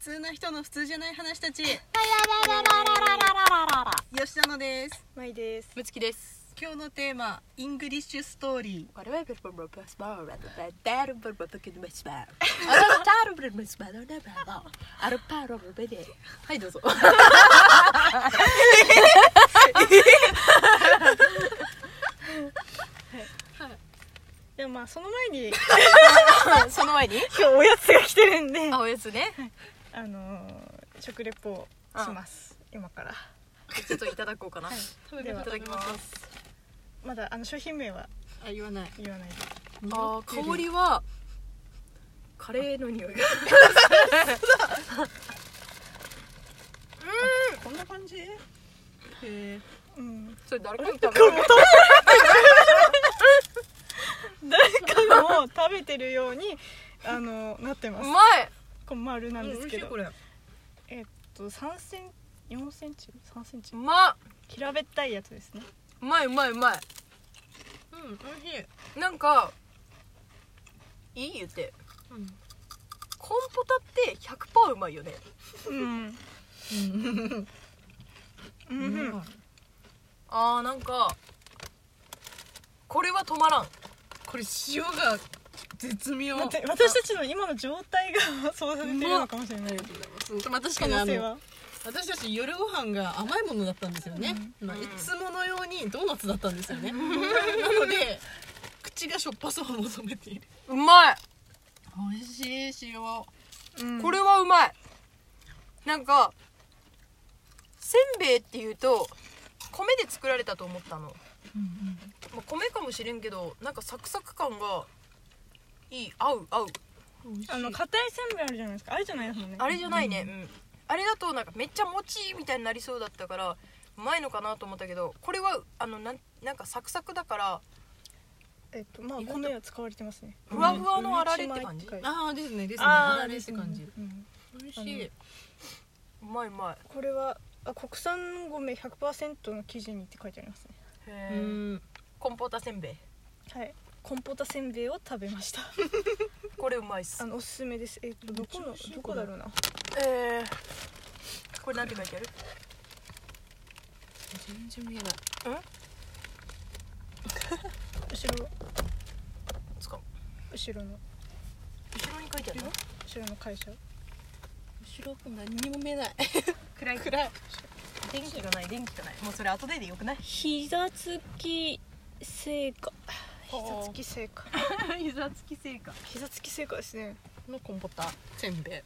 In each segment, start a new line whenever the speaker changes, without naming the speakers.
通な人の普通じゃない話たち吉田のです
マイです。
ムツキです。
今日のテーマイングリッシュストーリ
我々ブルブルブルブルスバーラドバダルブルブルブルキドメス バー。ダルブルブルスバーラドバー。アルパロルベデ。はいどうぞ。
でもまあその前に
その前に
今日おやつが来てるんで、
あおやつね。
あのー食レポをします。今から。
ちょっといただこうかな。
ー
ではい
ただきます。
まだあの商品名は
あ言わない
言わないで。
あー香りはカレーの匂いが。
こんな感じへえ
うん。
それ誰かに食べ
誰
る。
かのを食べてるようにあのなってま
う
す。
まい。
この丸な
なんん
で
ですす
け
け
ど
ど、れ
えっと三セン四センチ三センチ
う。ま
平べったいやつですね。
うまいうまいうま
うん美味しい
い。なんかいい言って。コンポタって100%うまいよね。
うん。う
うん
ん。
あーなんかこれは止まらん
これ塩が絶妙
待って私たちの今の状態がそうされてるのかもしれない。
まあ確か
可
にあ
能性
の
は。
私たち夜ご飯が甘いものだったんですよね、まあ、
うん
いつものようにドーナツだったんですよね、 なので口がしょっぱさを求めている
うまい
美味しい塩
うん
これはうまいなんかせんべいっていうと米で作られたと思ったの、まあ、米かもしれんけどなんかサクサク感がいい合う合う
あの硬いせんべいあるじゃないですかあれじゃないですもんね
あれじゃないね、うんあれだとなんかめっちゃもちみたいになりそうだったからうまいのかなと思ったけどこれはあのなんなんかサクサクだから
えっとまあ
意外と
米は使われてますね
ふわふわのあられって感じ
うん
ああですねですね
あ
あ
ー
られって感じ
うん
美味
しいう
まいうまい
これはあ国産米100%の生地にって書いてありますね
へ
う
え、
ん
コンポータせんべい
はいコンポタせんべいを食べました
これうまいっす
あのおすすめですえっとどこ
め
の
っちゃ美味しい
どこだろうな
えー、これなんて書いてある
全然見えない
後ろ
つかん
後ろの
後ろに書いてあるの
後ろの会社
後ろも何にも見えない
暗い
暗い
電気がない電気がないもうそれ後ででよくない
膝つき成果膝つき成果
膝つき 成果
膝つき成果ですね
のコンポタせんべ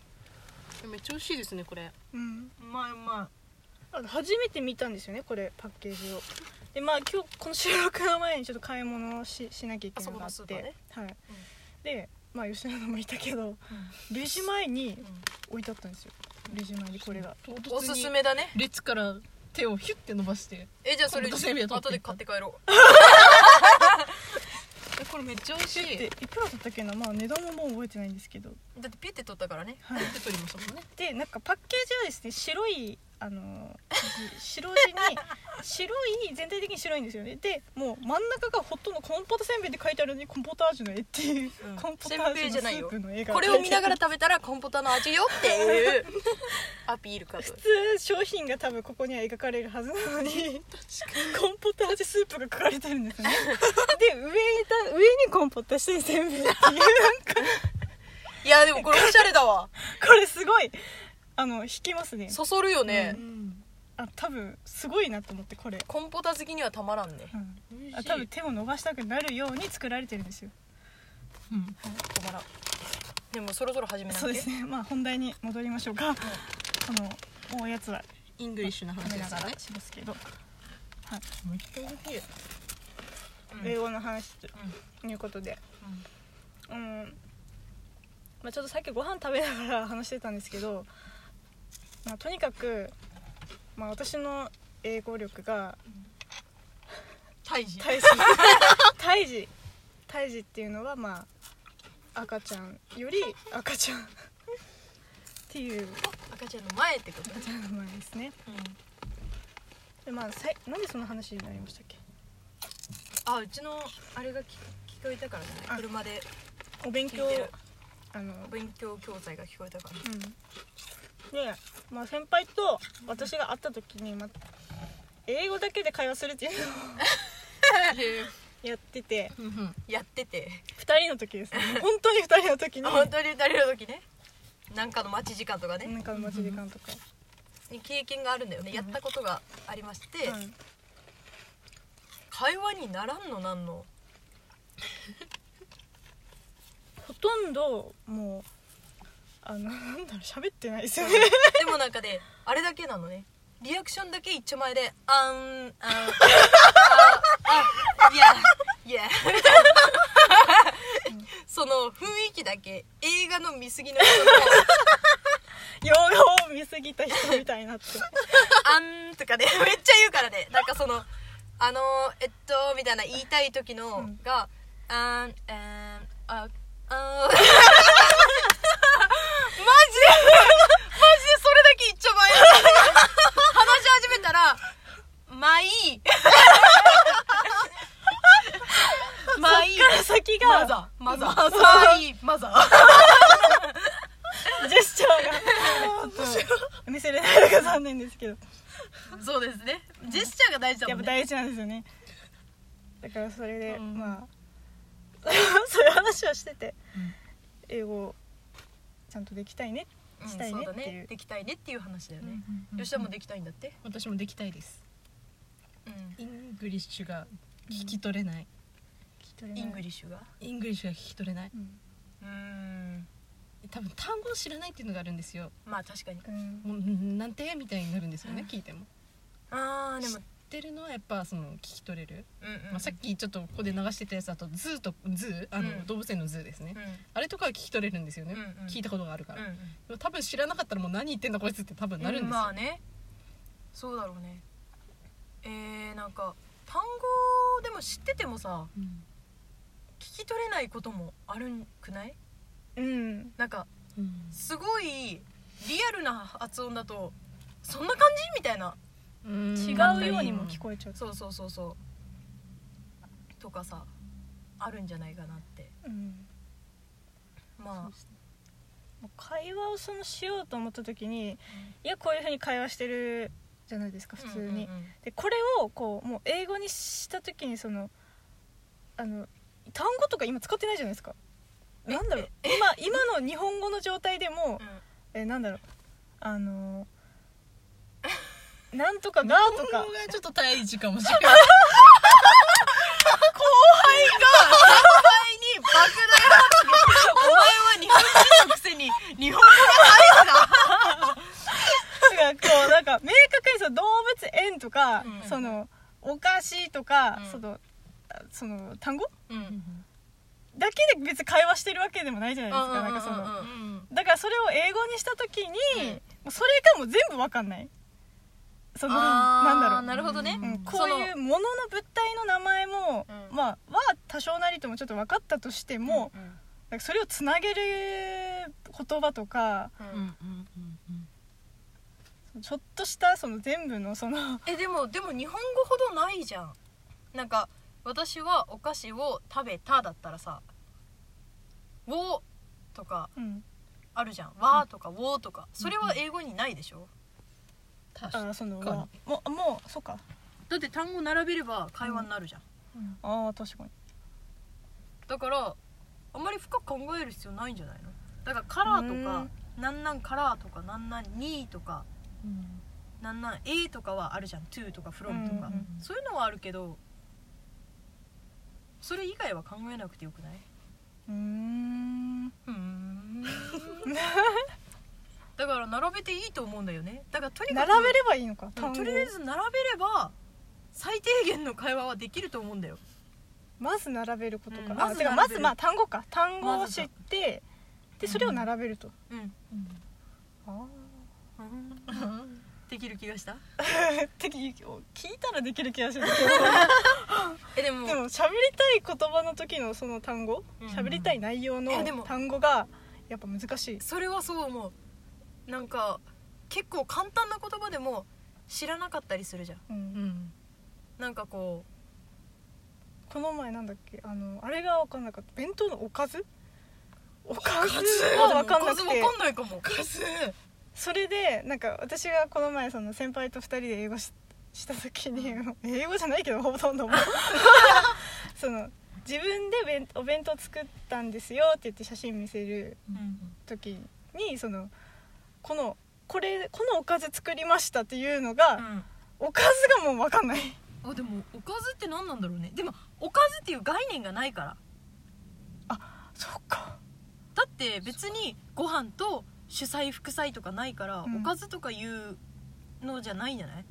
いめっちゃ美味しいですねこれ
うん
うまいうま
あの初めて見たんですよねこれパッケージをでまあ今日この収録の前にちょっと買い物をししなきゃいけないのがあ
あ
っ
そこのスー
て
パー
は
ね
いでまあ吉野もいたけど、レジ前に置いてあったんですよレジ前にこれが
唐
い
突に
おすすめだね
列から手をヒュッて伸ばして
えじゃあそれ
コンポタせんべい取って
後で買って帰ろう
えこれめっちゃ美味しい
でいくらだったっけなまあ値段ももう覚えてないんですけど
だってピュって取ったからね
はい
手取りましたもんね
でなんかパッケージはですね白いあのー白地 に白い全体的に白いんですよねでもう真ん中がほとんどコンポタせんべいって書いてあるのにコンポタージュの絵っていう、
うん
コンポタージ
せんべいじゃない
ュのスー
よ
プの絵が
これを見なが
ら
ら食べたらコンポタの味よっていう アピールかと
普通商品が多分ここには描かれるはずなのにコンポタージュスープが書かれてるん ですねで上にた上にコンポタしてせんべいって いう
いやでもこれおしゃれだわ
これすごいあの引きますね
そそるよね、
ん
あ多分すごいなと思ってこれ、
コンポタ好きにはたまらんね
うん、
美味し
あ
い
多分手を伸ばしたくなるように作られてるんですよ
うん
たまらんでもそろそろ始めなき
そ
ゃ
うですねまあ本題に戻りましょうか、このおやつは
イングリッシュな話
食べ
で
な
す
が
よ
ら
ね
しますけど、
めっちゃ美味しい
うん
英語の話ということでうんまあ、ちょっとさっきご飯食べながら話してたんですけど、まあ、とにかく、まあ、私の英語力が
胎児
胎児胎児胎児っていうのはまあ赤ちゃんより赤ちゃんっていう
赤ちゃんの前ってこと
赤ちゃんの前ですねでまあさいなんでその話になりましたっけ
あうちのあれが聞聞こえたからね
あ
車で
お勉
聞
強
いてる
あの、うん、
勉強教材が聞こえたから
で、まあ、先輩と私が会った時に、まあ、英語だけで会話するって いうのをやってて
うんうん
やってて
2人の時ですね本当に2人の時に
あ本当に二人の時ねなんかの待ち時間とかね、
なんかの待ち時間とか、
に経験があるんだよねやったことがありまして、
うん
会話にならんのなんの
ほとんどもうあのなんだろう喋ってないですよね
でもなんかねあれだけなのねリアクションだけ一丁前で「あんあんああいやいや」その雰囲気だけ映画の見過ぎの人が
洋画を見すぎた人みたいになって
「あん」とかねめっちゃ言うからねなんかその「あのえっと」みたいな言いたい時のが「あんあんああん」マジでマジでそれだけ一丁前なの話し始めたら「まあいい」 まあいい
先
マ
が
ザーマザーマザーいいマザー
ジェスチャーがちょっと見せれないのが残念ですけど
そうですねジェスチャーが大事だ
や
も
っ
ん
ぱ
ね
大事なんですよねだからそれで、
うん
まあ そういう話をしてて、
うん
英語ちゃんとできたいね
うん
したいね
そうだ
っていう
できたいねっていう話だよね
うん
吉田もできたいんだって
私もできたいです
うん
イングリッシュが聞き取れない、
イングリッシュが
イングリッシュが聞き取れない
うん
うん
多分単語を知らないっていうのがあるんですよ
まあ確かに
うん
もうなんてみたいになるんですよね聞いても
あーでも
知ってるのはやっぱその聞き取れる、
うんうん
まあ、さっきちょっとここで流してたやつだと「ズー」と「ズー」あの、
うん
動物園の「ズー」ですね、
うん
あれとかは聞き取れるんですよね、
うんうん
聞いたことがあるか
う
ら、
ん
でも多分知らなかったらもう何言ってんだこいつって多分
うん
なるんですよ、
まあねそうだろうねえーなんか単語でも知っててもさ
うん
聞き取れないこともあるんくない
うん
なんか
うん
すごいリアルな発音だとそんな感じみたいな
うん
違うようにも聞こえちゃう、
そうそうそうそうとかさあるんじゃないかなって
うん
まあ
もう会話をそのしようと思った時にいやこういうふうに会話してるじゃないですか普通に、
うんうん
でこれをこうもう英語にした時にそのあの単語とか今使ってないじゃないですかなんだろう今今の日本語の状態でも
うんうん
えなんだろうあのなんとかがと
今
か
後がちょっと大事かもしれない
前に爆弾をお前は日本人のくせに日本語
なんかこうなんか明確にその動物園とか、
うん
そのお菓子とか、
うん
そのあその単語
うん
だけで別に会話してるわけでもないじゃないですか、なんかその
うん
だからそれを英語にした時に、
うん
もうそれがもう全部わかんないその
あ
なん
ー
だろう
なるほどね、
うん、こういうものの物体の名前も、
うん
まあは多少なりともちょっと分かったとしても、
う、うん
なんかそれをつなげる言葉とか
うんうんうんうん
ちょっとしたその全部のその
えでもでも日本語ほどないじゃんなんか私はお菓子を食べただったらさ「を」とか
うん
あるじゃん「わ」とか「を」とかそれは英語にないでしょ
確
あ
かに
ーその
確か
はもうもうそっか
だって単語並べれば会話になるじゃん、
ああ確かに
だからあんまり深く考える必要ないんじゃないのだから「カラー」とか「なんなんカラー」とか「なんなんに」とか
うん
「なんなんえ」とかはあるじゃん「to」とか「from」とか、
うん
うん
そういうのはあるけどそれ以外は考えなくてよくないう
ーん
うーん だから並べていいと思うんだよねだからとにかく
並べればいいのか
うん
単語
とりあえず並べれば最低限の会話はできると思うんだよ
まず並べることか、
うん
あ
まず
てかま
並べ
ず
る
まあ単語か単語
ま
を
ず
知
だ
ってでそれを並べると、
うん、
あ
できる気がした
あって聞いたらできる気がす るけど
えでも
でも喋りたい言葉の時のその単語
うん
喋、りたい内容の
いやでも
単語がやっぱ難しい
それはそう思うなんか結構簡単な言葉でも知らなかったりするじゃん
うん
うん
なんかこ
この前なんだっけあのあれが分かんなかった弁当のおかずおかず
う
が分かんなく
わ
て
かんないかも
おかず
それでなんか私がこの前その先輩と2人で英語しした時に 英語じゃないけどほとんど もうその自分で弁お弁当作ったんですよって言って写真見せる時にそのこのこれこのおかず作りましたっていうのが、おかずがもう分かんない
あでもおかずって何なんだろうねでもおかずっていう概念がないから
そっか
だって別にご飯と主菜副菜とかないから、
うん
おかずとかいうのじゃないんじゃない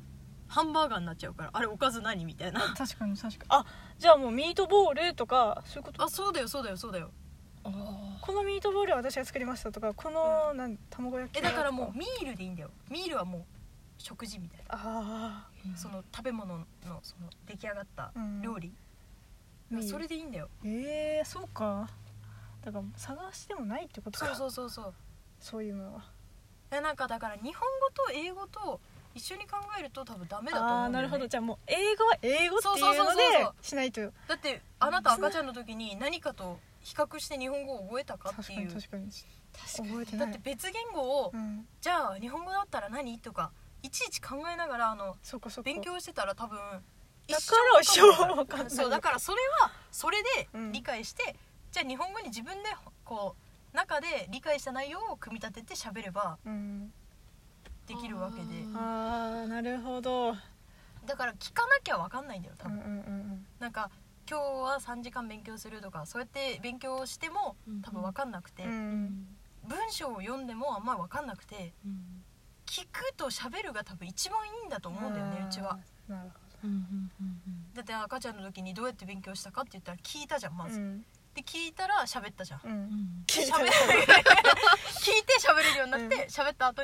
ハンバーガーになっちゃうからあれおかず何みたいな
確かに確かにあじゃあもうミートボールとかそういうこと
あそうだよそうだよそうだよ
このミートボールは私が作りましたとかこの、なん、卵焼き
えだからもうミールでいいんだよミールはもう食事みたい
あ
なその食べ物のその出来上がった
あ、うん
料理、
ミール
それでいいんだよ
えー、そうかだから探してもないってことか
そう
そう
そうそうそう
いうのは
えなんかだから日本語と英語と一緒に考えると多分ダメだと思
ああ
う
ー
ん
な
だよ、ね、
るほどじゃあもう英語は英語っていう
そうそ
の
う
で
そうそう
しないと
だってあなた赤ちゃんの時に何かと比較して日本語を覚えたかっ
確
て
か
い
に
う
確かに
確
覚えてな
だって
い
別言語を、
うん
じゃあ日本語だったら何とかいちいち考えながらあの
そうかそうか
勉強してたら多分
だから一生わかんない
そうだからそれはそれで
うん
理解して、じゃあ日本語に自分でこう中で理解した内容を組み立てて喋れば
うん
できるわけで
ああなるほどうん
だから聞かなきゃわかんないんだよ多
うんう
分、
ん
なんか今日は3時間勉強するとかそうやって勉強しても多分わかんなくて、
うんうん
文章を読んでもあんまりわかんなくて聞くと喋るが多分一番いいんだと思うんだよね
あー
うちは
なるほ
だって赤ちゃんの時にどうやって勉強したかって言ったら聞いたじゃんま
ど
ず、
うん
で聞いたら喋ったじゃん
うん
喋る聞いて喋れるようになって喋った後